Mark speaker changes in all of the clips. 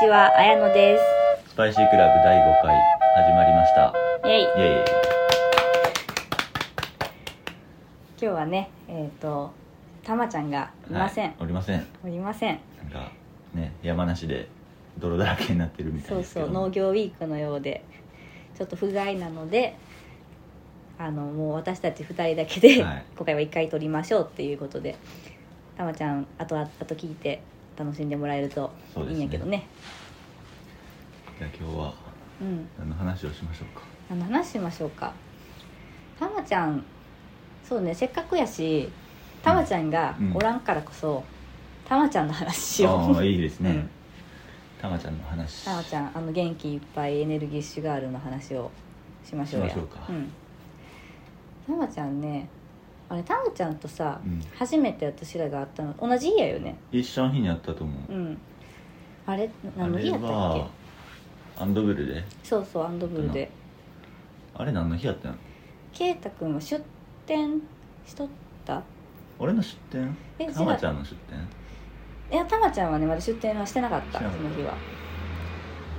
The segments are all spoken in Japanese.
Speaker 1: ちは、あやのです。
Speaker 2: スパイシークラブ第5回始まりました
Speaker 1: イェイ。今
Speaker 2: イエイ
Speaker 1: 日はね、えっ、と、たまちゃんがいません。
Speaker 2: はいおりません
Speaker 1: おりません。
Speaker 2: なんかね山梨で泥だらけになってるみたい
Speaker 1: そう
Speaker 2: ですけ
Speaker 1: そ
Speaker 2: ど
Speaker 1: う、農業ウィークのようで、ちょっと不甲斐なので、あの、もう私たち2人だけで、
Speaker 2: はい
Speaker 1: 今回は1回撮りましょうっていうことで、たまちゃん、あとあと聞いて楽しんでもらえると
Speaker 2: そう
Speaker 1: い
Speaker 2: です
Speaker 1: いん
Speaker 2: ね
Speaker 1: やけどね。
Speaker 2: じゃあ今日は
Speaker 1: うん。
Speaker 2: 何の話をしましょうか
Speaker 1: あの話しましょうかたまちゃんそうねせっかくやしたまちゃんが
Speaker 2: うん
Speaker 1: おらんからこそ、たまちゃんの話しよ
Speaker 2: ああ
Speaker 1: う
Speaker 2: いいです
Speaker 1: う
Speaker 2: ね
Speaker 1: ん
Speaker 2: たまちゃんの話
Speaker 1: たまちゃんあの元気いっぱいエネルギッシュガールの話をしましょうや
Speaker 2: しましょうか
Speaker 1: ん、たまちゃんねあれたまちゃんとさ、
Speaker 2: うん
Speaker 1: 初めて私らが会ったの同じ家よね
Speaker 2: 一緒の日にやったと思う
Speaker 1: うんあれ
Speaker 2: あ
Speaker 1: 何の日
Speaker 2: れ
Speaker 1: やったっけ
Speaker 2: はアンドブルで
Speaker 1: そうそうアンドブルで
Speaker 2: あれ何の日やったの
Speaker 1: 圭太君は出店しとった
Speaker 2: 俺の出店
Speaker 1: え
Speaker 2: たまちゃんの出店
Speaker 1: いやたまちゃんはねまだ出店はしてなかっ
Speaker 2: して
Speaker 1: たそ
Speaker 2: なかった
Speaker 1: の日は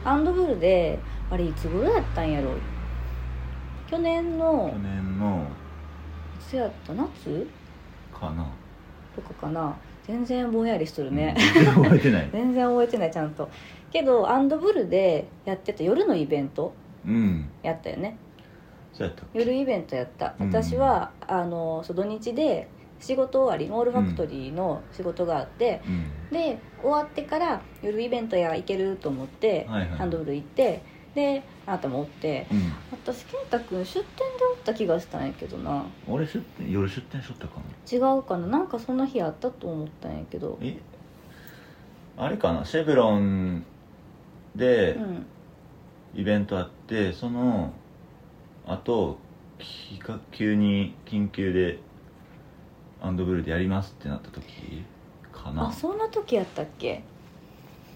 Speaker 1: アンドブルであれいつ頃やったんやろ去年の
Speaker 2: 去年の
Speaker 1: いつやった夏
Speaker 2: かな
Speaker 1: とかかな全然ぼんやりしとるね、
Speaker 2: うん全然覚えてない
Speaker 1: 全然覚えてないちゃんとけどアンドブルでやってた夜のイベント
Speaker 2: うん
Speaker 1: やったよね
Speaker 2: そうやったっけ
Speaker 1: 夜イベントやった
Speaker 2: うん
Speaker 1: 私は、あのそう土日で仕事終わりモールファクトリーの仕事があって、
Speaker 2: うん
Speaker 1: で終わってから夜イベントや行けると思って、
Speaker 2: はいはい
Speaker 1: ハンドブル行ってであなたもおって
Speaker 2: うん
Speaker 1: 私健太君出店でおった気がしたんやけどな
Speaker 2: 俺出店夜出店しとったかな
Speaker 1: 違うかななんかそんな日あったと思ったんやけど
Speaker 2: えあれかなシェブロン
Speaker 1: う
Speaker 2: で
Speaker 1: ん
Speaker 2: イベントあって、そのあと急に緊急でアンドブルでやりますってなった時かな
Speaker 1: あそんな時やったっけ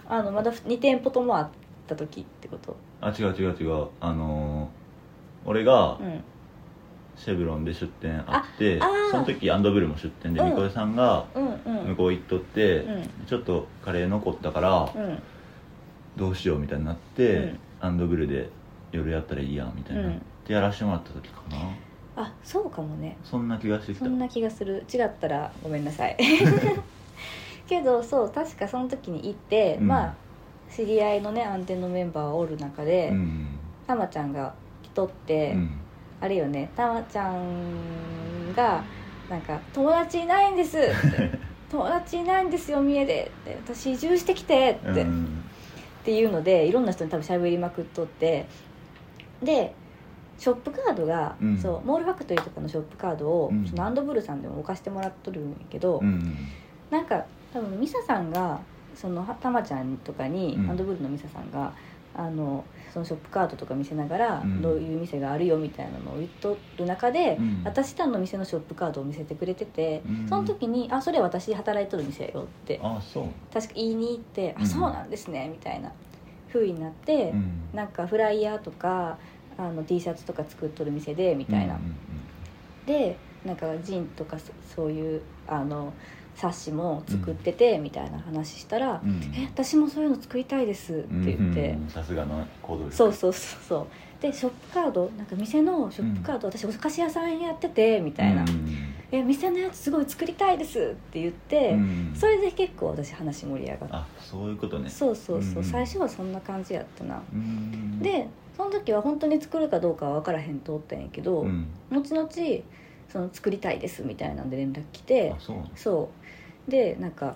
Speaker 1: あのまだ2店舗ともあった時ってこと
Speaker 2: あ違う違う違うあのー俺が
Speaker 1: うん
Speaker 2: シェブロンで出店あって、
Speaker 1: ああー
Speaker 2: その時アンドブルも出店で、
Speaker 1: うん
Speaker 2: みこえさんが
Speaker 1: うんう
Speaker 2: 向
Speaker 1: ん
Speaker 2: こう行っとって、
Speaker 1: うん
Speaker 2: ちょっとカレー残ったから、
Speaker 1: うん
Speaker 2: どうしようみたいになって、
Speaker 1: うん
Speaker 2: アンドブルで夜やったらいいやんみたいになってやらしてもらった時かな、
Speaker 1: あそうかもね
Speaker 2: そんな気がしてきた
Speaker 1: そんな気がする違ったらごめん なさいけどそう確かその時に行って、
Speaker 2: うん
Speaker 1: まあ知り合いのねアンテンのメンバーがおる中で、
Speaker 2: うん、
Speaker 1: たまちゃんが来とっ
Speaker 2: う
Speaker 1: て、
Speaker 2: ん、
Speaker 1: あれよねたまちゃんがなんか「友達いない んです」って「友達いないんですよ三重で」って「私移住してきて」
Speaker 2: う
Speaker 1: って、っ
Speaker 2: ん、
Speaker 1: ていうのでいろんな人に多分喋りまくっとってでショップカードが、
Speaker 2: うん
Speaker 1: そうモールファクトリーとかのショップカードを、
Speaker 2: うん
Speaker 1: そのアンドブルさんでも置かしてもらっとるんやけど、
Speaker 2: うん、
Speaker 1: なんか多分ミサさんがそのはたまちゃんとかに、
Speaker 2: うん
Speaker 1: ハンドブルのミサさんがあのそのショップカードとか見せながら、
Speaker 2: うん
Speaker 1: どういう店があるよみたいなのを言っとる中で、
Speaker 2: うん
Speaker 1: 私らの店のショップカードを見せてくれてて、
Speaker 2: うん
Speaker 1: その時に「あそれ私働いとる店よ」って
Speaker 2: あそう、
Speaker 1: 確か言いに行って「
Speaker 2: う
Speaker 1: あ
Speaker 2: ん
Speaker 1: そうなんですね」みたいな風になって、
Speaker 2: うん、
Speaker 1: なんかフライヤーとかあの T シャツとか作っとる店でみたいな。
Speaker 2: うん
Speaker 1: でなんかジンとかそそういうあの冊子も作っててみたいな話したら「
Speaker 2: うんうん、
Speaker 1: え私もそういうの作りたいです」って言って、
Speaker 2: うんうんさすがの行動力
Speaker 1: そうそうそうそうでショップカードなんか店のショップカード、私お菓子屋さんやっててみたいな「
Speaker 2: うん
Speaker 1: え店のやつすごい作りたいです」って言って、
Speaker 2: うん、
Speaker 1: それで結構私話盛り上がって、
Speaker 2: あそういうことね
Speaker 1: そうそうそ
Speaker 2: う
Speaker 1: う、
Speaker 2: んうん
Speaker 1: 最初はそんな感じやったな、
Speaker 2: うん
Speaker 1: でその時は本当に作るかどうかは分からへんとおったんやけど、
Speaker 2: うん、
Speaker 1: 後々その作りたいですみたいなんで連絡来て
Speaker 2: あそうなの
Speaker 1: そうでなんか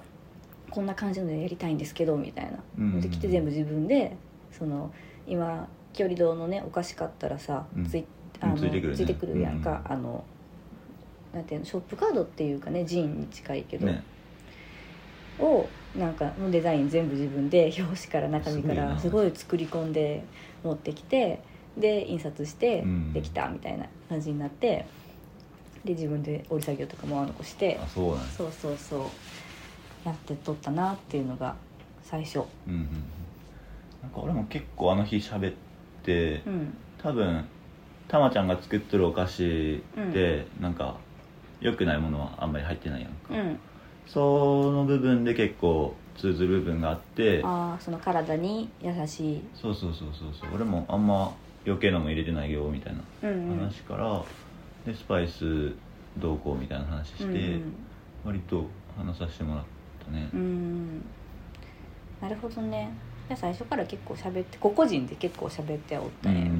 Speaker 1: こんな感じのでやりたいんですけどみたいな、
Speaker 2: うん
Speaker 1: で来て全部自分でその今距離堂のねおかしかったらさ、
Speaker 2: うん
Speaker 1: つい
Speaker 2: うんついてくるね
Speaker 1: ついてくるやんか、
Speaker 2: うん
Speaker 1: あのなんていうのショップカードっていうかねジーンに近いけど、
Speaker 2: ね
Speaker 1: をなんかのデザイン全部自分で表紙から中身か
Speaker 2: すごい
Speaker 1: ら
Speaker 2: な
Speaker 1: すごい作り込んで持ってきてで印刷して
Speaker 2: うん
Speaker 1: できたみたいな感じになってで自分で折り作業とかもあの子して
Speaker 2: あそうなんや
Speaker 1: そうそうそうやってっとったなっていうのが最初
Speaker 2: うんうんうんなんか俺も結構あの日喋って、
Speaker 1: うん
Speaker 2: 多分たまちゃんが作っとるお菓子って、なんか良くないものはあんまり入ってないやんか、
Speaker 1: うん
Speaker 2: その部分で結構通ずる部分があって
Speaker 1: ああその体に優しい、
Speaker 2: そうそうそうそうそう俺もあんま余計なもん入れてないよみたいな
Speaker 1: うんうん、
Speaker 2: 話から、でスパイスどうこうみたいな話して、割と話させてもらったね
Speaker 1: うんうん、うんなるほどねじゃあ最初から結構喋って個々人で結構喋っておったんやよね、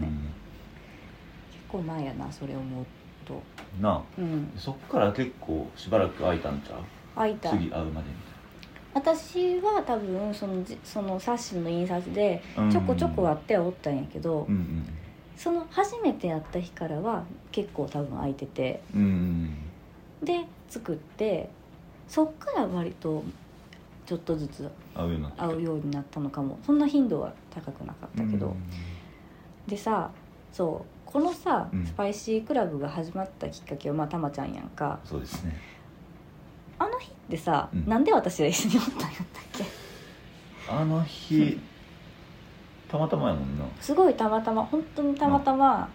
Speaker 1: 結構前やなそれ思うと
Speaker 2: うんな
Speaker 1: うん
Speaker 2: あそっから結構しばらく空いたんちゃう
Speaker 1: 開いた
Speaker 2: 次会うまでみ
Speaker 1: 私は多分そのじその冊子の印刷で
Speaker 2: たいな
Speaker 1: ちょこちょこはあってはおったんやけど、
Speaker 2: うん
Speaker 1: その初めてやった日からは結構多分空いてて
Speaker 2: うんうん
Speaker 1: で作ってそっから割とちょっとずつ
Speaker 2: 会うようになってきた
Speaker 1: 会うようになったのかもそんな頻度は高くなかったけど、でさそうこのさ、
Speaker 2: うん
Speaker 1: スパイシークラブが始まったきっかけはまあたまちゃんやんか
Speaker 2: そうですね
Speaker 1: あの日ってさ、
Speaker 2: うん
Speaker 1: なんで私が一緒におったんやったっけ
Speaker 2: あの日たまたまやもんな
Speaker 1: すごいたまたま本当にたまたま、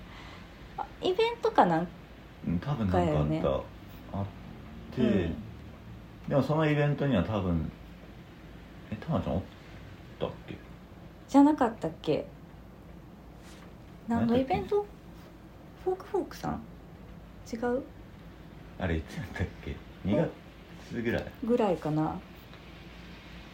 Speaker 1: あイベントかなん
Speaker 2: うん多分なんかあった、
Speaker 1: だよね
Speaker 2: あって、
Speaker 1: うん
Speaker 2: でもそのイベントには多分えたまちゃんおったっけ
Speaker 1: じゃなかったっけ何のイベントフォークフォークさん違う
Speaker 2: あれいつだったっけ2月ぐらい
Speaker 1: ぐらいかな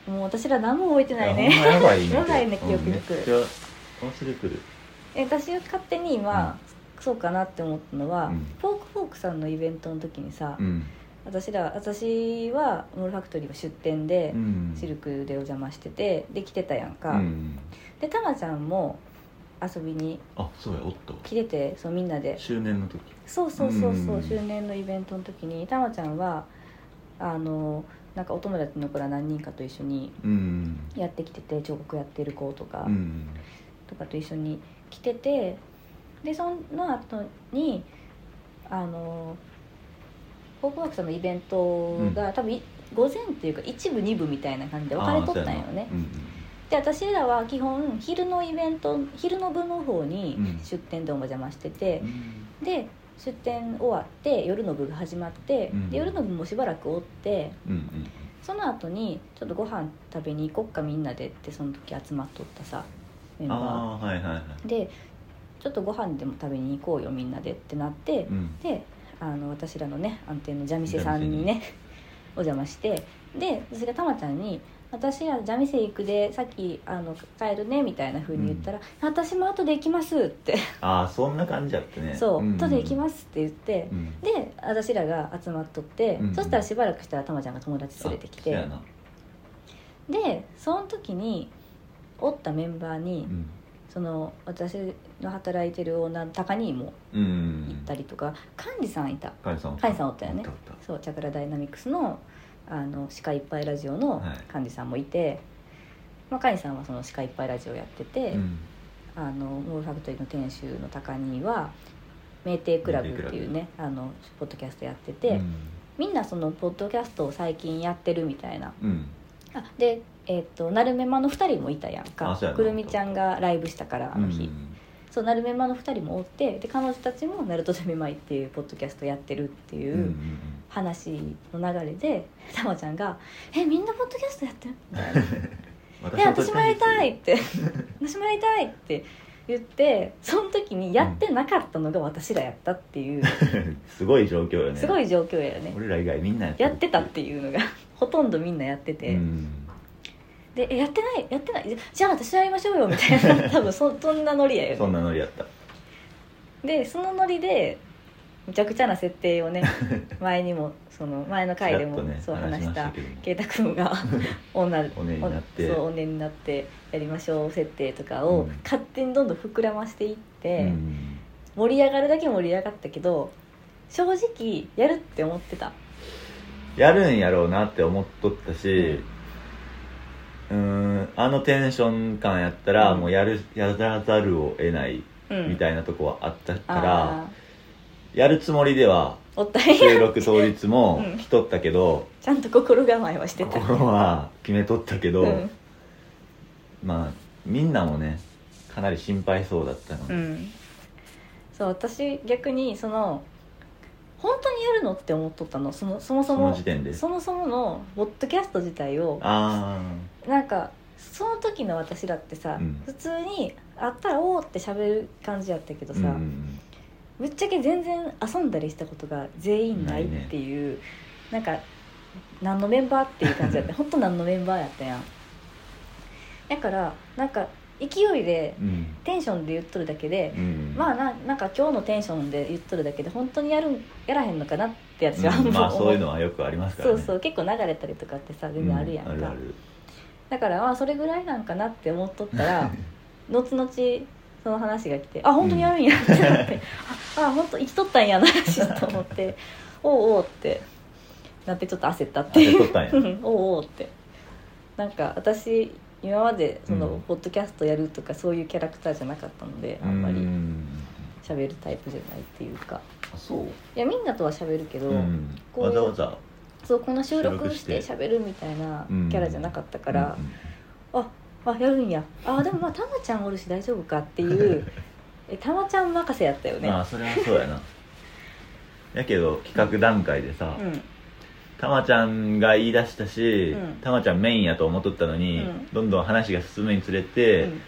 Speaker 1: もう私ら何も覚えてない
Speaker 2: いやほんま
Speaker 1: ね
Speaker 2: やばい
Speaker 1: やばいね記憶力
Speaker 2: うんめっちゃ忘れてる
Speaker 1: え私が勝手に今、そうかなって思ったのは、
Speaker 2: うん
Speaker 1: フォークフォークさんのイベントの時にさ、
Speaker 2: うん、
Speaker 1: 私ら私はモールファクトリーは出店で
Speaker 2: う、ん、
Speaker 1: シルクでお邪魔しててで来てたやんか、
Speaker 2: うん、
Speaker 1: でたまちゃんも遊びに
Speaker 2: あそうやおったわ
Speaker 1: 来ててそうみんなで
Speaker 2: 周年の時
Speaker 1: そうそうそうそう、
Speaker 2: うん
Speaker 1: 周年のイベントの時にたまちゃんはあのなんかお友達の子ら何人かと一緒に
Speaker 2: うん
Speaker 1: やってきてて彫刻やってる子とか、
Speaker 2: うん
Speaker 1: とかと一緒に来ててでその後にあの考古学さんのイベントが、多分い午前っていうか一部二部みたいな感じで分かれとったんよね
Speaker 2: あーそうやなうん
Speaker 1: で私らは基本昼のイベント昼の部の方に
Speaker 2: うん
Speaker 1: 出店でお邪魔してて
Speaker 2: う、ん
Speaker 1: で出店終わって夜の部が始まって、
Speaker 2: うん
Speaker 1: で夜の部もしばらくおって
Speaker 2: うんうん
Speaker 1: その後にちょっとご飯食べに行こっかみんなでってその時集まっとったさ
Speaker 2: う
Speaker 1: メン
Speaker 2: ん
Speaker 1: バー
Speaker 2: ああーはいはいはい
Speaker 1: でちょっとご飯でも食べに行こうよみんなでってなって、
Speaker 2: うん
Speaker 1: であの私らのね安定の三味線さんにね お邪魔してで私がたまちゃんに「私ら三味線行くでさっきあの帰るね」みたいな風に言ったら「私も後で行きます」って、
Speaker 2: ああそんな感じやってね
Speaker 1: そう「
Speaker 2: ん
Speaker 1: 後で行きます」って言って
Speaker 2: う、ん
Speaker 1: で私らが集まっとって、
Speaker 2: うん
Speaker 1: そしたらしばらくしたらたまちゃんが友達連れてきて
Speaker 2: あそうやな
Speaker 1: でその時におったメンバーに、
Speaker 2: うん
Speaker 1: その私の働いてるオーナーの高兄も
Speaker 2: うんうん
Speaker 1: 行ったりとか幹事さんいた
Speaker 2: カイさん
Speaker 1: カイさんおったよね
Speaker 2: おったおっ
Speaker 1: そうチャクラダイナミクスのあの歯科いっぱいラジオの
Speaker 2: はい
Speaker 1: 幹事さんもいて、まあ、幹事さんはその歯科いっぱいラジオやってて、
Speaker 2: たうん
Speaker 1: あのモールファクトリーの店主の高兄は「名店クラブ」っていうねあのポッドキャストやってて、
Speaker 2: うん
Speaker 1: みんなそのポッドキャストを最近やってるみたいな
Speaker 2: うん
Speaker 1: あで、えっとなるめまの2人もいたやんか
Speaker 2: あそうやな
Speaker 1: くるみちゃんがライブしたからあの日、そうなるめまの2人もおってで彼女たちも「ナルトとめまい」っていうポッドキャストやってるっていうう。
Speaker 2: んうん
Speaker 1: 話の流れでたまちゃんが「えみんなポッドキャストやってる?」 みたいな
Speaker 2: うん
Speaker 1: 「で私もやりたい!」
Speaker 2: は
Speaker 1: って「私もやりたい!」って言ってその時にやってなかったのが私らやったっていう
Speaker 2: 確定です すごい状況よね
Speaker 1: すごい状況やよね
Speaker 2: 俺ら以外みんな
Speaker 1: やってたっていうのがほとんどみんなやってて、
Speaker 2: うん
Speaker 1: で「えやってないやってないじゃじゃあ私やりましょうよ」みたい な多分そそんなノリやよ
Speaker 2: そ
Speaker 1: ね
Speaker 2: んなノリやった
Speaker 1: でそのノリでむちゃくちゃな設 定をね前にもその前の回で
Speaker 2: ち
Speaker 1: も、
Speaker 2: らっとね
Speaker 1: そう話した
Speaker 2: けども
Speaker 1: 圭太 君が女
Speaker 2: おねになって
Speaker 1: そうおねになってやりましょう設定とかを、
Speaker 2: うん
Speaker 1: 勝手にどんどん膨らましていって、
Speaker 2: うん
Speaker 1: 盛り上がるだけ盛り上がったけど正直やるって思ってた
Speaker 2: やるんやろうなって思っとったしうーんあのテンション感やったら
Speaker 1: うん
Speaker 2: もうやるやらざるを得ない
Speaker 1: うん
Speaker 2: みたいなとこはあったから
Speaker 1: あ
Speaker 2: やるつもりで は
Speaker 1: ーおったんや
Speaker 2: 収録当日も
Speaker 1: うん
Speaker 2: 来とったけど、
Speaker 1: ちゃんと心構えはしてた
Speaker 2: 心は決めとったけど、
Speaker 1: うん
Speaker 2: まあみんなもねかなり心配そうだったの
Speaker 1: う
Speaker 2: で、
Speaker 1: んそう私逆にその本当にやるのって思っとったのそのそもそ
Speaker 2: その
Speaker 1: も
Speaker 2: 時点で
Speaker 1: そもそものポッドキャスト自体を
Speaker 2: あ
Speaker 1: なんかその時の私だってさ、
Speaker 2: うん
Speaker 1: 普通にあったらおーって喋る感じやったけ
Speaker 2: あ
Speaker 1: どさ、ぶっちゃけ全然遊んだりしたことが全員ないっていうなんか何のメンバーっていう感じだ った本当何のメンバーやったやんだからなんか勢いで
Speaker 2: うん
Speaker 1: テンションで言っとるだけで、
Speaker 2: うん
Speaker 1: まあななんか今日のテンションで言っとるだけで本当にやるんやらへんのかなって私は
Speaker 2: うんまあ
Speaker 1: も
Speaker 2: そういうのはよくありますから
Speaker 1: そ
Speaker 2: ね
Speaker 1: うそう結構流れたりとかってさ全然あるやんか、
Speaker 2: うあるある
Speaker 1: だからあそれぐらいなんかなって思っとったら 後々その話が来てあ本当にやるんやってな って、ああ本当生きとったんやな話と思っておうおうってなってちょっと焦ったっていう
Speaker 2: 焦っとったん
Speaker 1: うんおうおうってなんか私今までその、
Speaker 2: うん
Speaker 1: ポッドキャストやるとかそういうキャラクターじゃなかったのであんま
Speaker 2: う
Speaker 1: り
Speaker 2: ん
Speaker 1: 喋るタイプじゃないっていうか
Speaker 2: あそう、
Speaker 1: いやみんなとは喋るけど、
Speaker 2: うん、
Speaker 1: こう
Speaker 2: わざわざ
Speaker 1: そうこんな収録し
Speaker 2: 収録
Speaker 1: て
Speaker 2: して
Speaker 1: 喋るみたいな
Speaker 2: うん
Speaker 1: キャラじゃなかったから、
Speaker 2: うん
Speaker 1: ああやるんやあでもまあたまちゃんおるし大丈夫かっていう えたまちゃん任せやったよね、
Speaker 2: まあそれはそうやなやけど企画段階でさ、
Speaker 1: うん
Speaker 2: たまちゃんが言い出したし、
Speaker 1: うん
Speaker 2: たまちゃんメインやと思っとったのに、
Speaker 1: うん
Speaker 2: どんどん話が進むにつれて、
Speaker 1: うん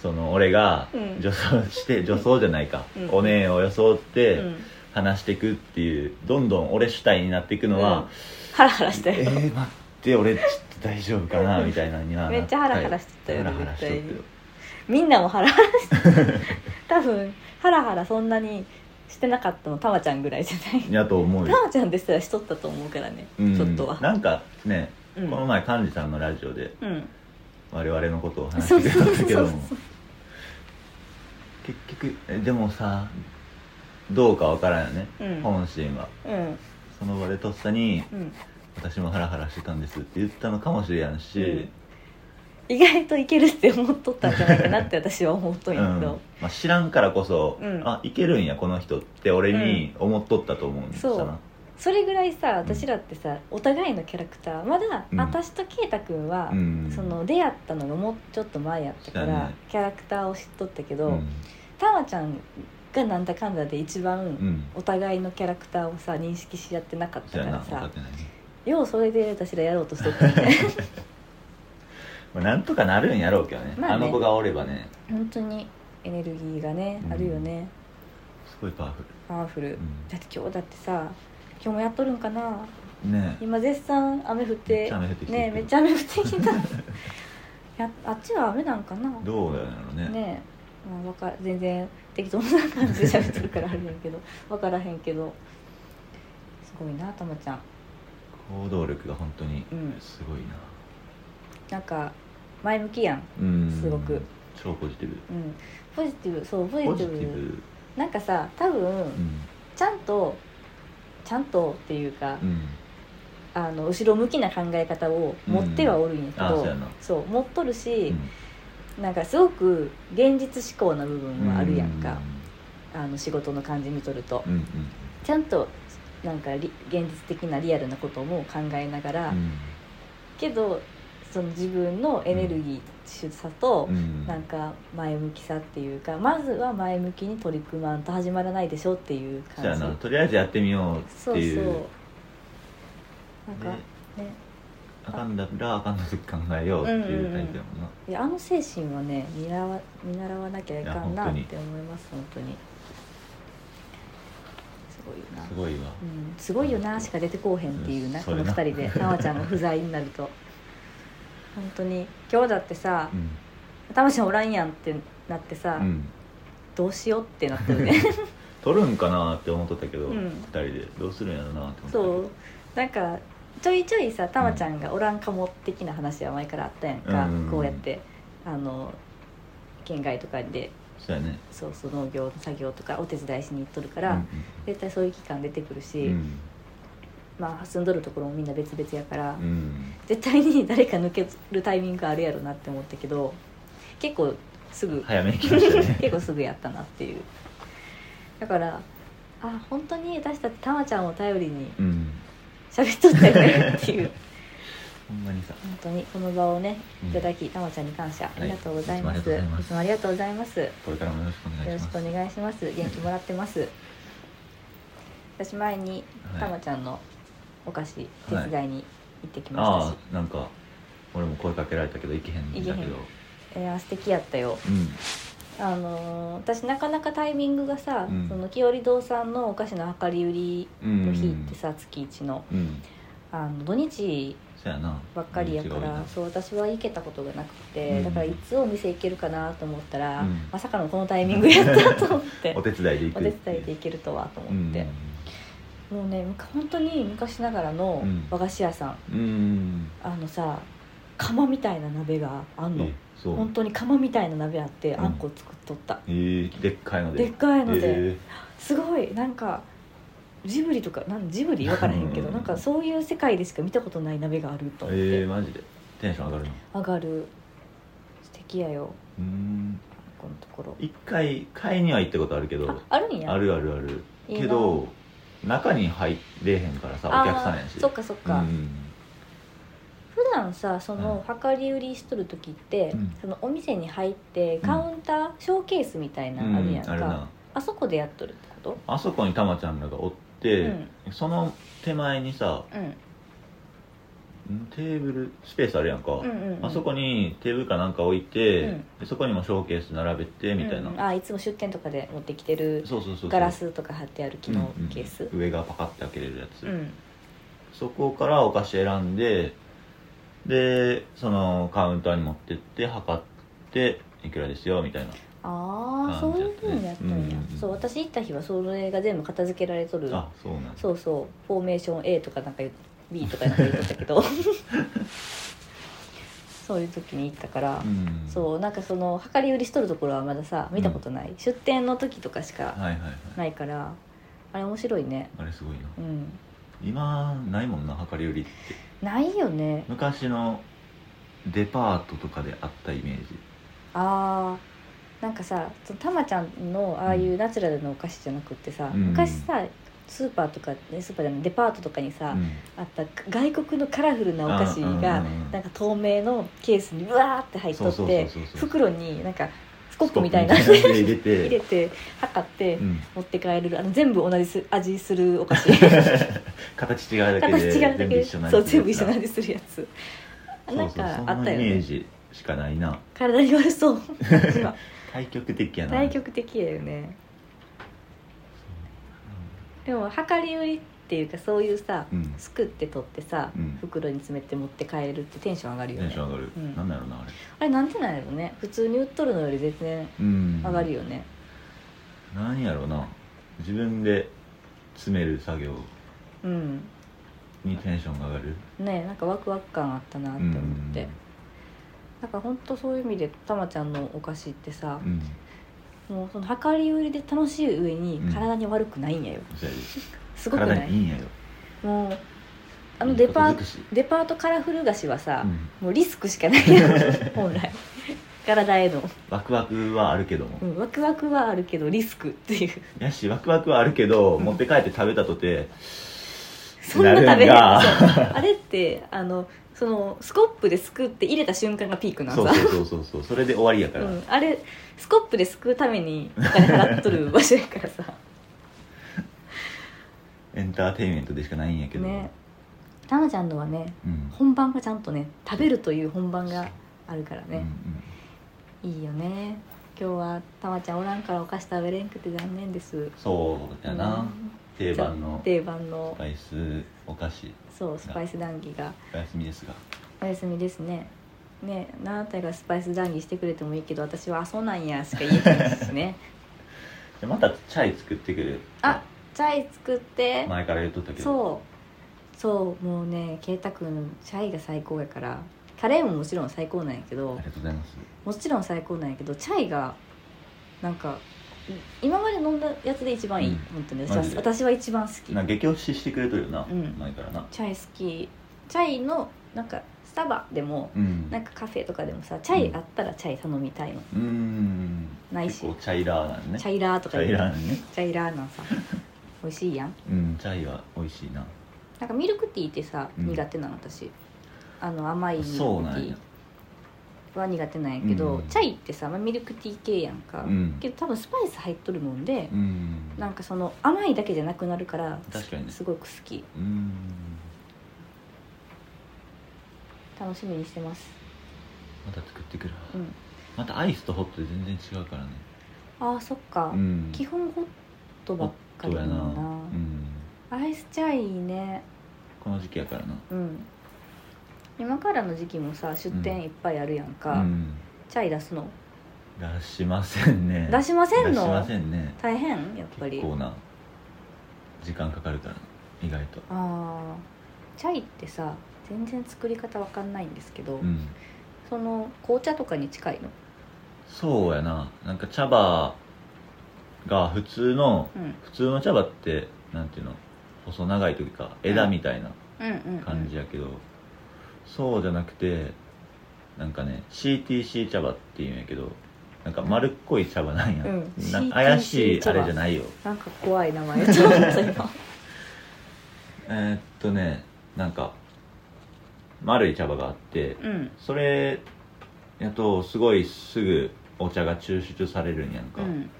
Speaker 2: その俺が
Speaker 1: うん
Speaker 2: 女装して、女装じゃないか、
Speaker 1: うん
Speaker 2: お姉を装っ
Speaker 1: う
Speaker 2: て
Speaker 1: ん
Speaker 2: 話していくっていうどんどん俺主体になっていくの
Speaker 1: うん
Speaker 2: は、
Speaker 1: ハラハラした
Speaker 2: え
Speaker 1: よ、
Speaker 2: ー、待って俺ちょっと大丈夫かなみたいなにはな
Speaker 1: めっちゃハラハラしてたよ
Speaker 2: ハ
Speaker 1: ね
Speaker 2: ラハラしとったよ
Speaker 1: みんなもハラハラしてた多分ハラハラそんなにしてなかったのたまちゃんぐらいじゃない
Speaker 2: いやと思うよ
Speaker 1: たまちゃんですらしとったと思うからね、
Speaker 2: うん
Speaker 1: ちょっとは
Speaker 2: なんかね、
Speaker 1: うん
Speaker 2: この前幹事さんのラジオで
Speaker 1: うん
Speaker 2: 我々のことを話してくれたんだけども結局えでもさどうかわからんよね、
Speaker 1: うん
Speaker 2: 本心は
Speaker 1: うん
Speaker 2: その場でとっさに
Speaker 1: うん
Speaker 2: 「私もハラハラしてたんです」って言ったのかもしれやんし、
Speaker 1: うん意外といけるって思っとったんじゃないかなって私は思っとん
Speaker 2: う
Speaker 1: やけ
Speaker 2: ん
Speaker 1: ど、
Speaker 2: まあ、知らんからこそ、
Speaker 1: うん
Speaker 2: あいけるんやこの人って俺に思っとったと思うんです
Speaker 1: そうそれぐらいさ私らってさお互いのキャラクターまだ、
Speaker 2: うん
Speaker 1: 私と圭太君は、
Speaker 2: うん
Speaker 1: その出会ったのがもうちょっと前やったか
Speaker 2: そ
Speaker 1: ら、
Speaker 2: うやね
Speaker 1: キャラクターを知っとったけ
Speaker 2: う
Speaker 1: ど、
Speaker 2: ん
Speaker 1: たまちゃんがなんだかんだで一番、
Speaker 2: うん
Speaker 1: お互いのキャラクターをさ認識し合ってなかっ
Speaker 2: そう
Speaker 1: たか
Speaker 2: やな
Speaker 1: ら
Speaker 2: 分か
Speaker 1: さ
Speaker 2: ってないね、
Speaker 1: ようそれで私らやろうとしとったよ ね
Speaker 2: まあ、なんとかなるんやろうけどね,、
Speaker 1: まあね
Speaker 2: あの子がおればね
Speaker 1: 本当にエネルギーがね、
Speaker 2: うん
Speaker 1: あるよね
Speaker 2: すごいパワフル
Speaker 1: パワフル、
Speaker 2: ん
Speaker 1: だって今日だってさ今日もやっとるんかな
Speaker 2: ね
Speaker 1: 今絶賛雨降っ
Speaker 2: めってちゃ雨降ってきてる
Speaker 1: ねめっちゃ雨降ってきた やあっちは雨なんかなね
Speaker 2: どうやろうね
Speaker 1: え、まあ、わか全然適当な感じで喋ってるからあれやけど 分からへんけどすごいなたまちゃん
Speaker 2: 行動力が本当に
Speaker 1: うん
Speaker 2: すごいな
Speaker 1: なんか前向きやん
Speaker 2: うん
Speaker 1: すごく
Speaker 2: 超ポジティブ
Speaker 1: うんポジティブそうポジテ
Speaker 2: ポ
Speaker 1: ィ
Speaker 2: ジ
Speaker 1: ブ
Speaker 2: ティブ
Speaker 1: なんかさ多
Speaker 2: う
Speaker 1: 分
Speaker 2: ん
Speaker 1: ちゃんとちゃんとっていうか、
Speaker 2: うん
Speaker 1: あの後ろ向きな考え方を持ってはおるんやけ
Speaker 2: あ
Speaker 1: ど、
Speaker 2: そうやな
Speaker 1: そう持っとる
Speaker 2: う
Speaker 1: し、
Speaker 2: ん
Speaker 1: なんかすごく現実思考な部分もあるやんか、あの仕事の感じ見とると、
Speaker 2: うんうん
Speaker 1: ちゃんとなんかリ現実的なリアルなことも考えながら、けどその自分のエネルギーさと
Speaker 2: う、ん
Speaker 1: なんか前向きさっていうかまずは前向きに取り組まんと始まらないでしょっていう
Speaker 2: そうや
Speaker 1: 感じ
Speaker 2: なとりあえずやってみようって
Speaker 1: そう
Speaker 2: いう
Speaker 1: そうなんか
Speaker 2: で
Speaker 1: ね
Speaker 2: あかんだらあかんの時考えようっていうタイプやもんない
Speaker 1: やあの精神はね見習わ見習わなきゃいかん
Speaker 2: いや
Speaker 1: なっ
Speaker 2: 本当に
Speaker 1: て思います本当にすごいよな
Speaker 2: すごいわ
Speaker 1: うん、すごいよなしか出てこうへんっていうな
Speaker 2: うん
Speaker 1: この
Speaker 2: そ
Speaker 1: 2
Speaker 2: れな
Speaker 1: 人でたまちゃんが不在になると本当に今日だってさ
Speaker 2: うん
Speaker 1: 「たまちゃんおらんやん」ってなってさ、
Speaker 2: うん
Speaker 1: どうしようってなった よね
Speaker 2: 取るんかなって思っとったけど
Speaker 1: うん
Speaker 2: 二人でどうするんやろなって思っ
Speaker 1: そ
Speaker 2: とっ
Speaker 1: うなんかちょいちょいさたまちゃんがおらんかも的な話は前からあったやんか、
Speaker 2: うん
Speaker 1: こうやってあの県外とかで
Speaker 2: たそうやね
Speaker 1: そうそう農業の作業とかお手伝いしに行っとるか
Speaker 2: う
Speaker 1: ら、
Speaker 2: ん
Speaker 1: 絶対そういう期間出てくるし、
Speaker 2: うん
Speaker 1: まあ住んどるところもみんな別々やから、
Speaker 2: うん
Speaker 1: 絶対に誰か抜けるタイミングがあるやろなって思ったけど結構すぐ、
Speaker 2: 早めに来ましたね
Speaker 1: 結構すぐやったなっていうだからあ本当に私たちたまちゃんを頼りに
Speaker 2: うん
Speaker 1: 喋っとったよねって いう
Speaker 2: ほんまにさ
Speaker 1: 本当にこの場をね
Speaker 2: うん
Speaker 1: いただき、たまちゃんに感謝ありがとうございます、
Speaker 2: はいいつもありがとうございます
Speaker 1: いつもあ
Speaker 2: これ
Speaker 1: りがとうございます
Speaker 2: からもよろしくお
Speaker 1: よ
Speaker 2: 願い
Speaker 1: ろ
Speaker 2: し
Speaker 1: し
Speaker 2: ます
Speaker 1: くお願いします。元気もらってます。私前に
Speaker 2: はい
Speaker 1: たまちゃんのお菓子手伝いに行ってきましたし、
Speaker 2: ああなんか俺も声かけられたけど行けへんんだ
Speaker 1: 行け
Speaker 2: け
Speaker 1: へん
Speaker 2: ど
Speaker 1: えー、あ素敵やったよ
Speaker 2: うん
Speaker 1: あのー私なかなかタイミングがさ、
Speaker 2: うん
Speaker 1: そのきより堂さんのお菓子の量り売り
Speaker 2: うん
Speaker 1: の日ってさ、月一の
Speaker 2: うん
Speaker 1: あの土日
Speaker 2: そやな
Speaker 1: ばっかりやか
Speaker 2: 日が多い
Speaker 1: ら
Speaker 2: な
Speaker 1: そう私は行けたことがなくて、
Speaker 2: うん
Speaker 1: だからいつお店行けるかなと思ったら、
Speaker 2: うん
Speaker 1: まさかのこのタイミングやったと思っ て
Speaker 2: お手伝いで行
Speaker 1: お
Speaker 2: く
Speaker 1: 手伝いで
Speaker 2: 行
Speaker 1: 行けるとはと思って、もうねむか本当に昔ながらの
Speaker 2: うん
Speaker 1: 和菓子屋さん、
Speaker 2: うん、うん
Speaker 1: あのさ釜みたいな鍋があんの、
Speaker 2: えそう
Speaker 1: 本当に釜みたいな鍋あってあんこ作っとった、
Speaker 2: えーでっかいので
Speaker 1: でっかいので、
Speaker 2: え
Speaker 1: すごいなんかジブリとかなんジブリ分からへんけど
Speaker 2: うん
Speaker 1: なんかそういう世界でしか見たことない鍋があると
Speaker 2: ー
Speaker 1: 思っ
Speaker 2: えー
Speaker 1: て
Speaker 2: マジでテンション上がるな
Speaker 1: 上がる素敵やよ
Speaker 2: うん
Speaker 1: このところ
Speaker 2: 一回買いには行ったことあるけど
Speaker 1: ああるんや
Speaker 2: あるあるある
Speaker 1: いいな
Speaker 2: けど中に入れへんからさ
Speaker 1: あー
Speaker 2: お客さんやし
Speaker 1: そっかそっか、
Speaker 2: うん
Speaker 1: 普段さその量り売りしとる時って、
Speaker 2: うん
Speaker 1: そのお店に入ってカウンター、ショーケースみたいなのあるや
Speaker 2: うんあ
Speaker 1: んか、
Speaker 2: るな
Speaker 1: あそこでやっとるってこと
Speaker 2: あそこにたまちゃんらがおっ
Speaker 1: う
Speaker 2: て、
Speaker 1: ん
Speaker 2: その手前にさ
Speaker 1: うん
Speaker 2: んテーブルスペースあるやんか、
Speaker 1: うんうんうん
Speaker 2: あそこにテーブルかなんか置いて、
Speaker 1: うん
Speaker 2: でそこにもショーケース並べてみたいな、
Speaker 1: うんあいつも出店とかで持ってきてる
Speaker 2: そうそうそうそう
Speaker 1: ガラスとか貼ってある木の
Speaker 2: うんうん
Speaker 1: ケース
Speaker 2: 上がパカッて開けれるやつ、
Speaker 1: うん
Speaker 2: そこからお菓子選んででそのカウンターに持ってって測っていくらですよみたいな
Speaker 1: あ
Speaker 2: 感
Speaker 1: あそう
Speaker 2: じ
Speaker 1: い
Speaker 2: や
Speaker 1: う
Speaker 2: ったね
Speaker 1: ふうにやったんや、
Speaker 2: うんうん
Speaker 1: そう私行った日はそれが全部片付けられとる
Speaker 2: あそうなんや
Speaker 1: そうそうフォーメーション A とかなんか言う B とかなんか言っとった けどそういう時に行ったから、
Speaker 2: うん
Speaker 1: そうなんかその量り売りしとるところはまださ見たことない、出店の時とかしか
Speaker 2: はいはいはい
Speaker 1: ないからあれ面白いね
Speaker 2: あれすごいな
Speaker 1: うん
Speaker 2: 今ないもんな量り売りって
Speaker 1: ないよね
Speaker 2: 昔のデパートとかであったイメージ
Speaker 1: あーなんかさそのたまちゃんのああいうナチュラルのお菓子じゃなくってさ、
Speaker 2: うん
Speaker 1: 昔さスーパーとかねスーパーじゃないデパートとかにさ、
Speaker 2: うん
Speaker 1: あった外国のカラフルなお菓子
Speaker 2: あ
Speaker 1: が
Speaker 2: うんうんうん
Speaker 1: なんか透明のケースにうわーって入っと
Speaker 2: そう
Speaker 1: っ
Speaker 2: そう
Speaker 1: て
Speaker 2: そうそうそう
Speaker 1: 袋になんかスコップみたいな
Speaker 2: スコップみたいなの
Speaker 1: 入
Speaker 2: 入れて
Speaker 1: れて測って
Speaker 2: うん、
Speaker 1: 持って帰れるあの全部同じす味するお菓子
Speaker 2: 形違うだけ
Speaker 1: 形
Speaker 2: で
Speaker 1: 違うだ
Speaker 2: 全
Speaker 1: け
Speaker 2: 部
Speaker 1: で
Speaker 2: 一緒な
Speaker 1: そう全部一緒な
Speaker 2: や
Speaker 1: 味するやつ
Speaker 2: つ
Speaker 1: なん
Speaker 2: そうそう
Speaker 1: か
Speaker 2: そん
Speaker 1: あ
Speaker 2: な
Speaker 1: ったよ
Speaker 2: イメー
Speaker 1: ね
Speaker 2: ジしかないな
Speaker 1: 体に 悪そう今
Speaker 2: 対極的やな
Speaker 1: 対極的やよねでも量り売りっていうかそういうさ
Speaker 2: うん、うん
Speaker 1: すくって取ってさ
Speaker 2: うん
Speaker 1: 袋に詰めて持って帰れるってテンション上がるよ
Speaker 2: テン
Speaker 1: ね
Speaker 2: ション上がる、
Speaker 1: うん
Speaker 2: なんだろうなあれ
Speaker 1: あれなんてなんやろね普通に売っとるのより全然
Speaker 2: うん
Speaker 1: 上がるよね、
Speaker 2: なんやろうな自分で詰める作業
Speaker 1: うん
Speaker 2: にテンションが上がる
Speaker 1: ねなんかワクワク感あったなって思って、なんかほんとそういう意味でたまちゃんのお菓子ってさ
Speaker 2: う、ん
Speaker 1: もうその量り売りで楽しい上に
Speaker 2: うん
Speaker 1: 体に悪くないんやよ、
Speaker 2: そうやです
Speaker 1: ごくな
Speaker 2: 体
Speaker 1: い
Speaker 2: にいいんやよ
Speaker 1: もうあのデパ
Speaker 2: いい
Speaker 1: ー
Speaker 2: こと
Speaker 1: ト
Speaker 2: 尽くし
Speaker 1: デパートカラフル菓子はさ、
Speaker 2: うん
Speaker 1: もうリスクしかない よ本来体への、
Speaker 2: ワクワクはあるけども、
Speaker 1: うん、ワクワクはあるけどリスクっていう
Speaker 2: やしワクワクはあるけど持って帰って食べたとて
Speaker 1: そんな食べれ
Speaker 2: な
Speaker 1: な
Speaker 2: る
Speaker 1: い
Speaker 2: ん
Speaker 1: あれってあのそのスコップですくって入れた瞬間がピークなんさ
Speaker 2: そうそうそうそうそうそれで終わりやから、
Speaker 1: うん、あれスコップですくうためにお金払っとる場所やからさ
Speaker 2: エンターテインメントでしかないん やけど、
Speaker 1: ねタナちゃんのはね
Speaker 2: うん
Speaker 1: 本番がちゃんとね食べるという本番があるから
Speaker 2: うん
Speaker 1: ね、いいよね今日はたまちゃんおらんからお菓子食べれんくて残念です
Speaker 2: そうやな、定番
Speaker 1: うん
Speaker 2: のス
Speaker 1: 定番の
Speaker 2: パイスお菓子
Speaker 1: そうスパイス談義が
Speaker 2: お休みですが
Speaker 1: お休みですねねあなたがスパイス談義してくれてもいいけど私は「あそうなんや」しか言えないし ね
Speaker 2: でまたチャイ作ってくる
Speaker 1: あチャイ作って
Speaker 2: 前から言っとったけど
Speaker 1: そうそうもうね圭太君チャイが最高やからカレーももちろん最高なんやけ
Speaker 2: あり
Speaker 1: ど
Speaker 2: がとうございます
Speaker 1: もちろん最高なんやけどチャイがなんかい今まで飲んだやつで一番いい、
Speaker 2: うん
Speaker 1: 本当に
Speaker 2: マ
Speaker 1: 私
Speaker 2: ジで
Speaker 1: は私は一番好き
Speaker 2: なんか激推ししてくれとるよな、
Speaker 1: うん
Speaker 2: 前からな
Speaker 1: チャイ好きチャイのなんかスタバでも
Speaker 2: うん
Speaker 1: なんかカフェとかでもさチャイあったらチャイ頼みたいの、
Speaker 2: うーん
Speaker 1: ないし
Speaker 2: 結構チャイラーなんね
Speaker 1: チャイラーと
Speaker 2: チ
Speaker 1: か
Speaker 2: ャイ
Speaker 1: 言う
Speaker 2: ラーなんね
Speaker 1: チャイラーなん さ美味しいやん
Speaker 2: うんチャイは美味しいな
Speaker 1: なんかミルクティーってさ、
Speaker 2: うん
Speaker 1: 苦手なの私あの甘いミルクテ
Speaker 2: そう
Speaker 1: ィ
Speaker 2: なん
Speaker 1: ー
Speaker 2: や
Speaker 1: は苦手なんやけど、
Speaker 2: うん
Speaker 1: チャイってさ、まあミルクティー系やんか、
Speaker 2: うん
Speaker 1: けど多分スパイス入っとるもんで
Speaker 2: う、ん
Speaker 1: なんかその甘いだけじゃなくなるから
Speaker 2: 確かにね
Speaker 1: すごく好き
Speaker 2: うん
Speaker 1: 楽しみにしてます、
Speaker 2: また作ってくるわ、
Speaker 1: うん、
Speaker 2: またアイスとホットで全然違うからね
Speaker 1: あーそっか、
Speaker 2: うん
Speaker 1: 基本ホットばっ
Speaker 2: そ
Speaker 1: か
Speaker 2: う
Speaker 1: り
Speaker 2: や
Speaker 1: だ
Speaker 2: な
Speaker 1: な
Speaker 2: うん
Speaker 1: アイスチャイいいね
Speaker 2: この時期やからな
Speaker 1: うん今からの時期もさ出店いっぱいあるやんか、
Speaker 2: うん
Speaker 1: チャイ出すの
Speaker 2: 出しませんね
Speaker 1: 出しませ
Speaker 2: 出
Speaker 1: ん
Speaker 2: し
Speaker 1: の
Speaker 2: ませんね
Speaker 1: 大変やっぱ
Speaker 2: 結
Speaker 1: り
Speaker 2: 構な時間かかるから意外と
Speaker 1: あーチャイってさ全然作り方わかんないんですけど、
Speaker 2: うん
Speaker 1: その紅茶とかに近いの
Speaker 2: そうやななんか茶葉が普通の
Speaker 1: うん
Speaker 2: 普通の茶葉ってなんていうの細長いというか枝みたいな
Speaker 1: うんうん、うん、
Speaker 2: 感じやけど、そうじゃなくてなんかね CTC 茶葉っていうんやけどなんか丸っこい茶葉なんや、
Speaker 1: うん
Speaker 2: な
Speaker 1: CTC
Speaker 2: 怪しいあれじゃないよ
Speaker 1: なんか怖い名前 ちょっと今
Speaker 2: えーっとねなんか丸い茶葉があって
Speaker 1: うん
Speaker 2: それやとすごいすぐお茶が抽出されるんやんか、
Speaker 1: うん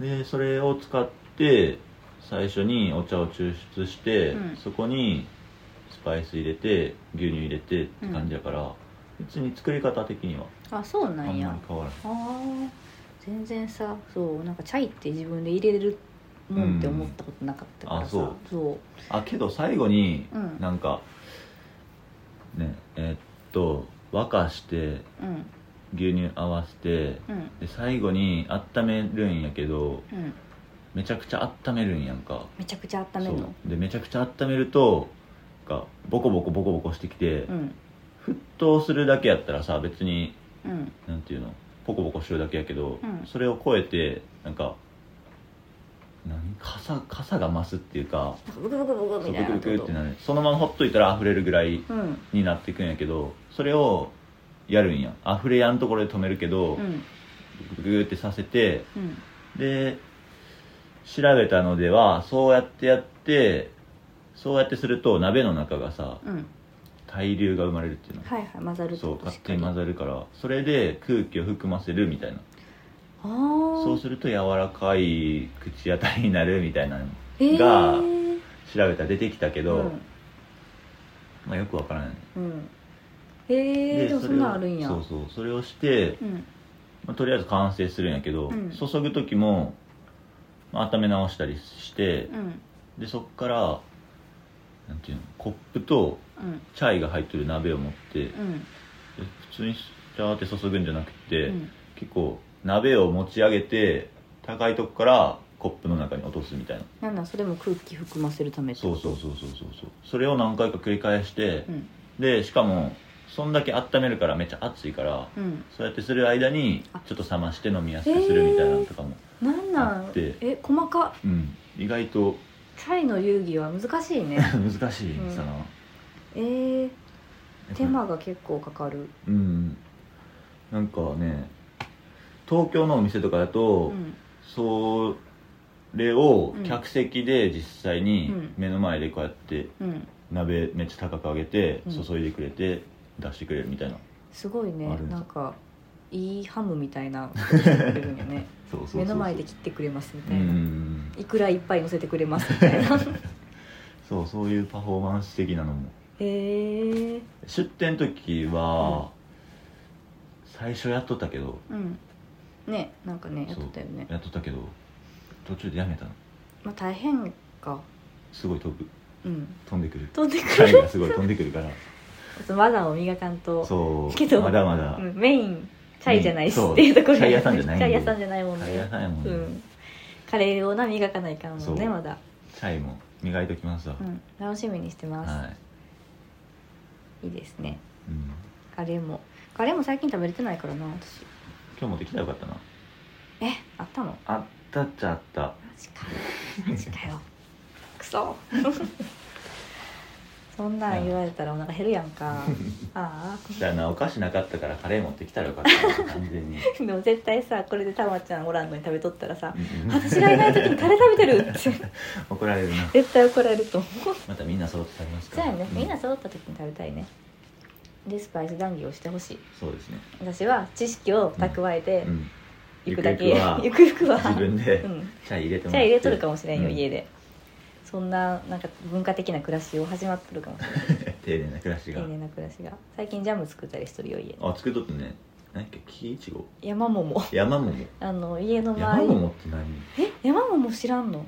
Speaker 2: でそれを使って最初にお茶を抽出して、
Speaker 1: うん
Speaker 2: そこにスパイス入れて牛乳入れてって感じやから、別に作り方的には
Speaker 1: あそうな
Speaker 2: あ
Speaker 1: ん
Speaker 2: んま
Speaker 1: や
Speaker 2: り変わらない
Speaker 1: あー全然さそうなんかチャイって自分で入れれるもんって思ったことなかったからさ、
Speaker 2: うんあ
Speaker 1: そう
Speaker 2: あけど最後に
Speaker 1: うん
Speaker 2: なんか、ねえっと沸かして
Speaker 1: うん
Speaker 2: 牛乳合わせて
Speaker 1: うん
Speaker 2: で最後に温めるんやけど
Speaker 1: うん
Speaker 2: めちゃくちゃ温めるんやんか
Speaker 1: めちゃくちゃ温めるの
Speaker 2: そうでめちゃくちゃ温めるとなんかボコボコボコボコしてきて、
Speaker 1: うん
Speaker 2: 沸騰するだけやったらさ別に
Speaker 1: うん
Speaker 2: なんていうのポコポコしてるだけやけど、
Speaker 1: うん
Speaker 2: それを超えてなんか何かさかさが増すっていうか
Speaker 1: なんかブクブクブク
Speaker 2: そう
Speaker 1: み
Speaker 2: ブ
Speaker 1: たい
Speaker 2: ク
Speaker 1: な
Speaker 2: ブク
Speaker 1: て
Speaker 2: っ
Speaker 1: こと
Speaker 2: てなるそのままほっといたら溢れるぐらい
Speaker 1: うん
Speaker 2: になっていくんやけどそれをやるんや溢れやんところで止めるけど、
Speaker 1: うん
Speaker 2: ブクブクってさせて
Speaker 1: うん
Speaker 2: で調べたのではそうやってやってそうやってすると鍋の中がさ
Speaker 1: うん
Speaker 2: 対流が生まれるっていうの
Speaker 1: はいはい混ざるって
Speaker 2: そう
Speaker 1: こと
Speaker 2: 勝
Speaker 1: しっか
Speaker 2: 手
Speaker 1: り
Speaker 2: に混ざるからそれで空気を含ませるみたいな
Speaker 1: あ
Speaker 2: そう
Speaker 1: ー
Speaker 2: すると柔らかい口当たりになるみたいなの
Speaker 1: えー
Speaker 2: が調べたら出てきたけど、
Speaker 1: うん
Speaker 2: まあよくわからない
Speaker 1: うんえー、でもそんなんあるんや
Speaker 2: そうそうそれをして、
Speaker 1: うん
Speaker 2: まあ、とりあえず完成するんやけど、
Speaker 1: うん
Speaker 2: 注ぐ時も、まあ、温め直したりして
Speaker 1: うん
Speaker 2: でそっからなんていうのコップと
Speaker 1: うん
Speaker 2: チャイが入ってる鍋を持ってで
Speaker 1: うん
Speaker 2: 普通にジャーって注ぐんじゃなくて、
Speaker 1: うん
Speaker 2: 結構鍋を持ち上げて高いとこからコップの中に落とすみたいな
Speaker 1: なんなんそれも空気含ませるためって
Speaker 2: そうそうそうそうそうそうそれを何回か繰り返して
Speaker 1: う、ん
Speaker 2: でしかもそんだけ温めるからめっちゃ熱いから
Speaker 1: うん
Speaker 2: そうやってする間に
Speaker 1: あ
Speaker 2: ちょっと冷まして飲みやすくするみたいなのとかも、
Speaker 1: なんな
Speaker 2: あっ
Speaker 1: ん
Speaker 2: て
Speaker 1: え細か
Speaker 2: うん意外と
Speaker 1: チャイの流儀は難しいね
Speaker 2: 難しいさな、
Speaker 1: えー、
Speaker 2: やっぱり
Speaker 1: 手間が結構かかる
Speaker 2: うんなんかね東京のお店とかだ
Speaker 1: う
Speaker 2: と、
Speaker 1: ん
Speaker 2: それを客席で実際に
Speaker 1: うん
Speaker 2: 目の前でこうやって
Speaker 1: うん
Speaker 2: 鍋めっちゃ高く上げて
Speaker 1: うん
Speaker 2: 注いでくれて出してくれるみたいな、
Speaker 1: すごいね
Speaker 2: あるんです
Speaker 1: なんかいいハムみた いなことしてくれるんよね
Speaker 2: そうそうそうそう
Speaker 1: 目の前で切ってくれますみ
Speaker 2: う
Speaker 1: たいな、
Speaker 2: ん
Speaker 1: いくらいっぱい乗せてくれますみたいな
Speaker 2: そうそういうパフォーマンス的なのも
Speaker 1: へえ
Speaker 2: 出店の時は、最初やっとったけど
Speaker 1: うんねなんかねやっ
Speaker 2: そう
Speaker 1: とったよね
Speaker 2: やっとったけど途中でやめたの
Speaker 1: まあ大変か
Speaker 2: すごい飛ぶ
Speaker 1: うん
Speaker 2: 飛んでくる
Speaker 1: 飛んでく
Speaker 2: 貝
Speaker 1: る
Speaker 2: がすごい飛んでくるから
Speaker 1: 技を磨かんと
Speaker 2: そう
Speaker 1: けど
Speaker 2: まだまだ
Speaker 1: うんメインチャイじゃないし
Speaker 2: そう
Speaker 1: っていうところ
Speaker 2: チャイ屋さんじゃないん
Speaker 1: チ
Speaker 2: で
Speaker 1: ャイ屋さんじゃないもん
Speaker 2: カレー屋
Speaker 1: ね
Speaker 2: さんやもん
Speaker 1: う
Speaker 2: ね、
Speaker 1: んカレーをな磨かないかんもん
Speaker 2: そ
Speaker 1: ね
Speaker 2: う
Speaker 1: まだ
Speaker 2: チャイも磨いときますわ、
Speaker 1: うん楽しみにしてます、
Speaker 2: はい、
Speaker 1: いいですね
Speaker 2: うん、
Speaker 1: カレーもカレーも最近食べれてないからな私
Speaker 2: 今日もできたらよかったな
Speaker 1: えあったの
Speaker 2: あったっちゃあった
Speaker 1: マジかマジ かよクソ そんなん言われたらお腹減るやんかあ
Speaker 2: だからなお菓子なかったからカレー持ってきたらよかったな完 全に
Speaker 1: あでも絶対さこれでたまちゃんおらんのに食べとったらさ
Speaker 2: うんうん
Speaker 1: 私がいない時にカレー食べてるって
Speaker 2: 怒られるな
Speaker 1: 絶対怒られると思う
Speaker 2: またみんな揃って食べますか
Speaker 1: そうやねみんな
Speaker 2: う
Speaker 1: 揃った時に食べたいねでスパイス談義をしてほしい
Speaker 2: そうですね、
Speaker 1: 私は知識を蓄えて
Speaker 2: うん、
Speaker 1: いくだけ、
Speaker 2: ゆくゆくは
Speaker 1: ゆくゆ くは
Speaker 2: 自分で
Speaker 1: うん、
Speaker 2: チャイ入れても
Speaker 1: じゃ
Speaker 2: ら
Speaker 1: あ
Speaker 2: って
Speaker 1: 入れとるかもしれんよ、
Speaker 2: うん
Speaker 1: 家でそんななんか文化的な暮らしを始まっとるかもしれない
Speaker 2: 丁寧な暮らしが
Speaker 1: 丁寧な暮らしが最近ジャム作ったりしとるよ家で
Speaker 2: あ作っとってね何やっけ木いちご
Speaker 1: 山桃
Speaker 2: 山桃
Speaker 1: あの家の
Speaker 2: 山
Speaker 1: 周り
Speaker 2: 桃って何
Speaker 1: え山桃知らんの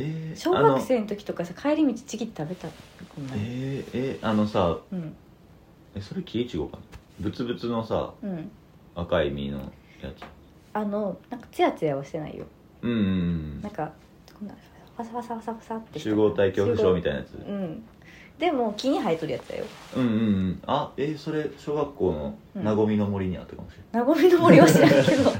Speaker 2: えー、
Speaker 1: 小学生の時とかさ帰り道ちぎって食べたこん
Speaker 2: あの
Speaker 1: なの
Speaker 2: えー、えあのさ
Speaker 1: うん
Speaker 2: えそれ木いちごかなブツブツのさ
Speaker 1: うん
Speaker 2: 赤い実のやつ
Speaker 1: あのなんかツヤツヤはしてないよ
Speaker 2: うんうんうん
Speaker 1: なんかこんなファサファサファサファサって
Speaker 2: 集合体恐怖症み
Speaker 1: た
Speaker 2: たいなやつ
Speaker 1: いうんでも木に生えとるやつだよ
Speaker 2: うんうんうんあえー、それ小学校
Speaker 1: う
Speaker 2: の
Speaker 1: ん
Speaker 2: なごみの森にあったかもしれ
Speaker 1: なごみの森は知らんけ ど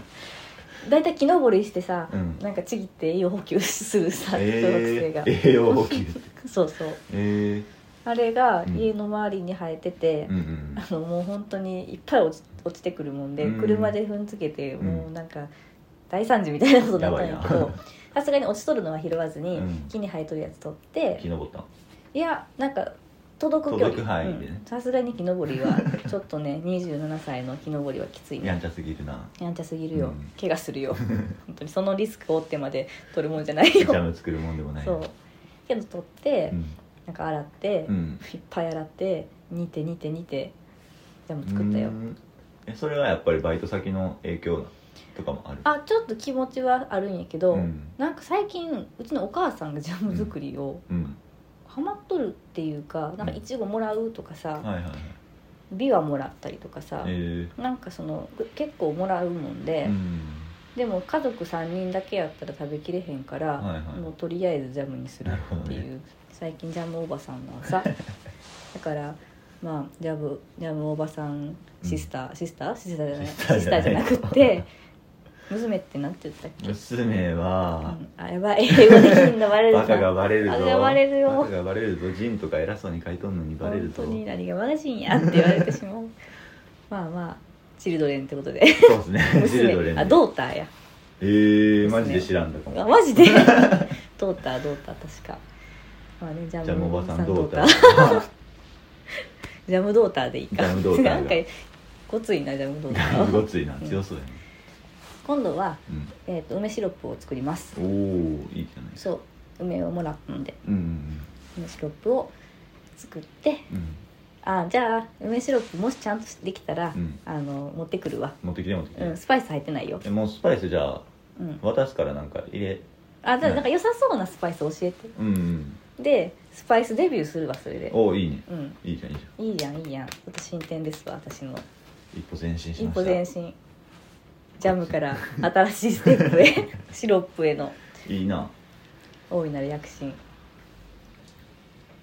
Speaker 1: だいたい木登りしてさ
Speaker 2: ない、うん
Speaker 1: なんかちぎって栄養補給する さ小学生
Speaker 2: え
Speaker 1: が、
Speaker 2: ー、栄養補給
Speaker 1: そうそう
Speaker 2: え
Speaker 1: あれが
Speaker 2: うん
Speaker 1: 家の周りに生えてて、
Speaker 2: ー、うんうん
Speaker 1: あのもう本当にいっぱい落ち落ちてくるもんで、
Speaker 2: うん
Speaker 1: 車で踏んづけて、
Speaker 2: うん
Speaker 1: もうなんか大惨事みたいなことだったんやけ
Speaker 2: やば
Speaker 1: ど
Speaker 2: いな
Speaker 1: さすがに落ちとるのは拾わずに、
Speaker 2: うん
Speaker 1: 木に生えとるやつ取って
Speaker 2: 木登ったの
Speaker 1: いやなんか届く距離
Speaker 2: 届く範囲でね
Speaker 1: うんさすがに木登りはちょっとね27歳 の木登りはきつい
Speaker 2: や
Speaker 1: ね
Speaker 2: んちゃすぎるな
Speaker 1: やんちゃすぎるよ、
Speaker 2: うん
Speaker 1: 怪我 するよ本当にそのリスクを負ってまで取るもんじゃない
Speaker 2: ジ
Speaker 1: よ
Speaker 2: ャム作るもんでもない
Speaker 1: そうけど取って、
Speaker 2: うん
Speaker 1: なんか洗って、
Speaker 2: うん
Speaker 1: いっぱい洗って煮て煮て煮てジャム作ったよ
Speaker 2: うんえそれはやっぱりバイト先の影響とかもある
Speaker 1: あちょっと気持ちはあるんやけど、
Speaker 2: うん
Speaker 1: なんか最近うちのお母さんがジャム作りを
Speaker 2: うん
Speaker 1: ハマっとるっていうかなんかいちごもらうとかさ
Speaker 2: はいはいはい
Speaker 1: ビワもらったりとかさ、
Speaker 2: え
Speaker 1: なんかそのぐ結構もらうもんで
Speaker 2: え、うん
Speaker 1: でも家族3人だけやったら食べきれへんから、
Speaker 2: はいはい
Speaker 1: もうとりあえずジャムにするってい
Speaker 2: な
Speaker 1: う、
Speaker 2: るほど
Speaker 1: 最近ジャムおばさんのさだからまあジャムジャムおばさんシスター、シスターシスターじゃない
Speaker 2: シ
Speaker 1: シ
Speaker 2: スター
Speaker 1: ス
Speaker 2: じ
Speaker 1: タ
Speaker 2: ゃ
Speaker 1: ーじゃ
Speaker 2: ない
Speaker 1: なくって娘ってなんて言ったっけ、
Speaker 2: 娘
Speaker 1: う
Speaker 2: は、
Speaker 1: ん、あやばい英語できんのバレる
Speaker 2: バカがバレるぞ
Speaker 1: あれバレるよ
Speaker 2: バカがバレるぞジンとか偉そうに書いとんのにバレるぞ
Speaker 1: 本当に何がマガジンやって言われてしまうまあまあチルドレンってことで
Speaker 2: そうですねジルドレン
Speaker 1: 娘
Speaker 2: で
Speaker 1: あドーターや
Speaker 2: えー、
Speaker 1: 娘
Speaker 2: マジで知らんだか
Speaker 1: あ
Speaker 2: も
Speaker 1: マ ジでドータードーター確かまあねジ
Speaker 2: ジャ
Speaker 1: ャ
Speaker 2: ム
Speaker 1: ム
Speaker 2: おばさん
Speaker 1: ド
Speaker 2: ど
Speaker 1: ー
Speaker 2: う
Speaker 1: タ
Speaker 2: だ
Speaker 1: ー ジャムドーターでいいか
Speaker 2: ジャムドーターが
Speaker 1: なんかごついなジャムドーター
Speaker 2: ご
Speaker 1: は
Speaker 2: ついな強そうやね、
Speaker 1: 今度は、
Speaker 2: うん
Speaker 1: えー、と梅シロップを作ります
Speaker 2: おおいいじゃないですか
Speaker 1: そう梅をもらったので
Speaker 2: うん
Speaker 1: 梅シロップを作って
Speaker 2: うんうんうん
Speaker 1: あじゃあ梅シロップもしちゃんとできたら、
Speaker 2: うん
Speaker 1: あの持ってくるわ、
Speaker 2: 持ってきて持ってきて、
Speaker 1: うん、スパイス入ってないよ、
Speaker 2: えもうスパイスじゃあ
Speaker 1: うん、
Speaker 2: 渡すからなんか入れ
Speaker 1: あじゃあなんか良さそうなスパイス教えて
Speaker 2: うんうん
Speaker 1: でスパイスデビューするわそれで
Speaker 2: おおいいね
Speaker 1: うん
Speaker 2: いいじゃんいいじゃ
Speaker 1: いいじゃんいいやんちょっと進展ですわ私の
Speaker 2: ん一歩前進し
Speaker 1: 一
Speaker 2: ました
Speaker 1: 歩前進ジャムから新しいステップ へシロップへの
Speaker 2: いいな
Speaker 1: 大いなる躍進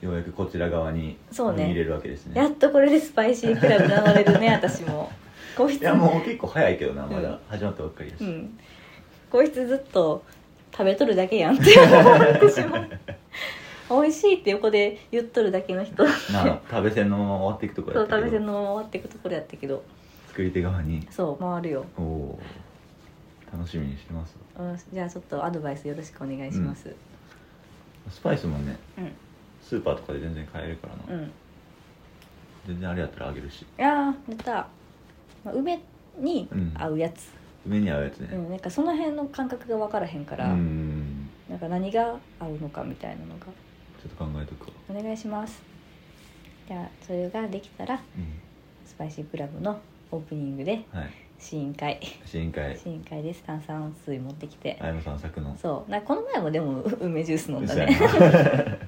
Speaker 2: ようやくこちら側に
Speaker 1: そうね
Speaker 2: 入れるわけですね
Speaker 1: やっとこれでスパイシークラブ名乗れるね私もこい
Speaker 2: い
Speaker 1: つ
Speaker 2: やもう結構早いけどなま
Speaker 1: う
Speaker 2: だ
Speaker 1: ん
Speaker 2: 始まったばっかりだし、
Speaker 1: うんこいつずっと食べとるだけやんって思ってしまう美味しいって横で言っとるだけの人
Speaker 2: なあ食べせんのまま終わっていくとこ
Speaker 1: そ
Speaker 2: ろ
Speaker 1: う食べてん
Speaker 2: の
Speaker 1: のまま終わっていくところやったけど
Speaker 2: 作り手側に
Speaker 1: そう回るよ
Speaker 2: おおー楽しみにしてます
Speaker 1: うんじゃあちょっとアドバイスよろしくお願いします
Speaker 2: スパイスもね
Speaker 1: うん
Speaker 2: スーパーとかで全然買えるからな、
Speaker 1: うん、
Speaker 2: 全然あれやったらあげるし
Speaker 1: ああ出た、まあ、梅に合うやつ、
Speaker 2: 梅に合うやつね
Speaker 1: うんなんかその辺の感覚が分からへんか
Speaker 2: う
Speaker 1: ら、
Speaker 2: ん
Speaker 1: なんか何が合うのかみたいなのが
Speaker 2: ちょっと考えとくわ、
Speaker 1: お願いしますじゃあそれができたら
Speaker 2: うん、
Speaker 1: スパイシークラブのオープニングで
Speaker 2: はい
Speaker 1: 試飲会
Speaker 2: 試飲会
Speaker 1: 試飲会です炭酸水持ってきて、
Speaker 2: あやむさん作の
Speaker 1: そうなんかこの前もでもう梅ジュース飲んだ
Speaker 2: 嘘や
Speaker 1: ね
Speaker 2: な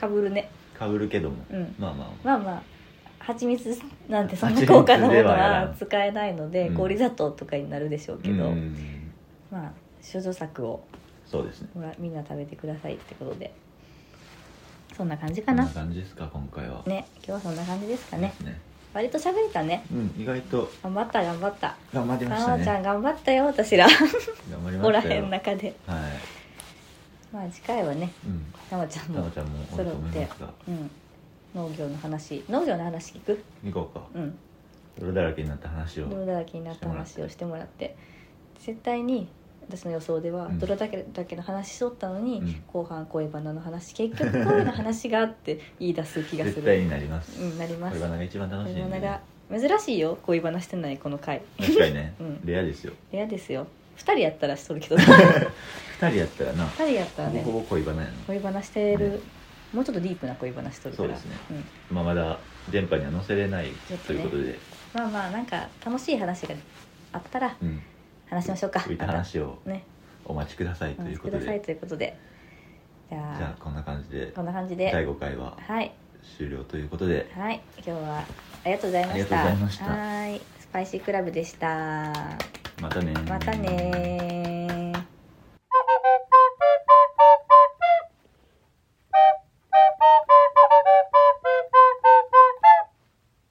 Speaker 1: かぶるね
Speaker 2: かぶるけども、
Speaker 1: うん
Speaker 2: まあまあ
Speaker 1: まあまあ蜂蜜なんてそんな高価なものは使えないので
Speaker 2: うん
Speaker 1: 氷砂糖とかになるでしょうけ
Speaker 2: う
Speaker 1: ど、
Speaker 2: ん
Speaker 1: まあ諸女作を
Speaker 2: そうですね
Speaker 1: ほらみんな食べてくださいってことでそんな感じ
Speaker 2: こ
Speaker 1: か
Speaker 2: ん
Speaker 1: な
Speaker 2: な感じですか今回は
Speaker 1: ね今日はそんな感じですかね
Speaker 2: ですね
Speaker 1: 割と喋れたね
Speaker 2: うん意外と
Speaker 1: 頑張った頑張った
Speaker 2: 頑張りま
Speaker 1: な
Speaker 2: した
Speaker 1: おちゃ
Speaker 2: ね
Speaker 1: ん頑張ったよ私ら
Speaker 2: 頑張りま
Speaker 1: おら
Speaker 2: した
Speaker 1: へ
Speaker 2: よ
Speaker 1: ん中で
Speaker 2: はい
Speaker 1: まあ次回はね
Speaker 2: うん
Speaker 1: なおちゃん
Speaker 2: なお
Speaker 1: も
Speaker 2: ちゃんもおると思いますが
Speaker 1: うん農業の話農業の話聞く
Speaker 2: 行こうか
Speaker 1: うん
Speaker 2: 泥だらけになった話を
Speaker 1: 泥だらけになった話をしてもらって絶対に私の予想では、
Speaker 2: うん
Speaker 1: 泥だけだけの話しとったのに、
Speaker 2: うん
Speaker 1: 後半恋バナの話結局恋の話があって言い出す気がする
Speaker 2: 絶対になります
Speaker 1: うんなります
Speaker 2: 恋バナが一番楽しいんで
Speaker 1: 恋バナが珍しいよ恋バナしてないこの回
Speaker 2: 確かにね、
Speaker 1: うん
Speaker 2: レアですよ
Speaker 1: 嫌ですよ2人やったらしとる けど2
Speaker 2: 二人やったらな
Speaker 1: 人やったらね
Speaker 2: ほぼほぼ恋バナやな
Speaker 1: 恋バナしてる、
Speaker 2: ね
Speaker 1: もうちょっとディープな恋バナしとるか
Speaker 2: そう
Speaker 1: ら
Speaker 2: ですね
Speaker 1: ん
Speaker 2: まあまだ電波には載せれない
Speaker 1: ちょっ
Speaker 2: と
Speaker 1: と
Speaker 2: い
Speaker 1: ね
Speaker 2: うことで、
Speaker 1: まあまあなんか楽しい話があったら
Speaker 2: うん
Speaker 1: 話しましょうか
Speaker 2: 浮いた話を
Speaker 1: またね
Speaker 2: お待ちくださいと
Speaker 1: お
Speaker 2: い
Speaker 1: 待
Speaker 2: う
Speaker 1: ち
Speaker 2: こと
Speaker 1: くだ
Speaker 2: で
Speaker 1: さいということでじゃあ
Speaker 2: じゃあこんな感じで
Speaker 1: こんな感じで
Speaker 2: 第5回は
Speaker 1: はい
Speaker 2: 終了ということで
Speaker 1: はい今日はありがとうござい
Speaker 2: あ
Speaker 1: ました
Speaker 2: りがとうございました
Speaker 1: はーいスパイシークラブでした
Speaker 2: またねー
Speaker 1: またねー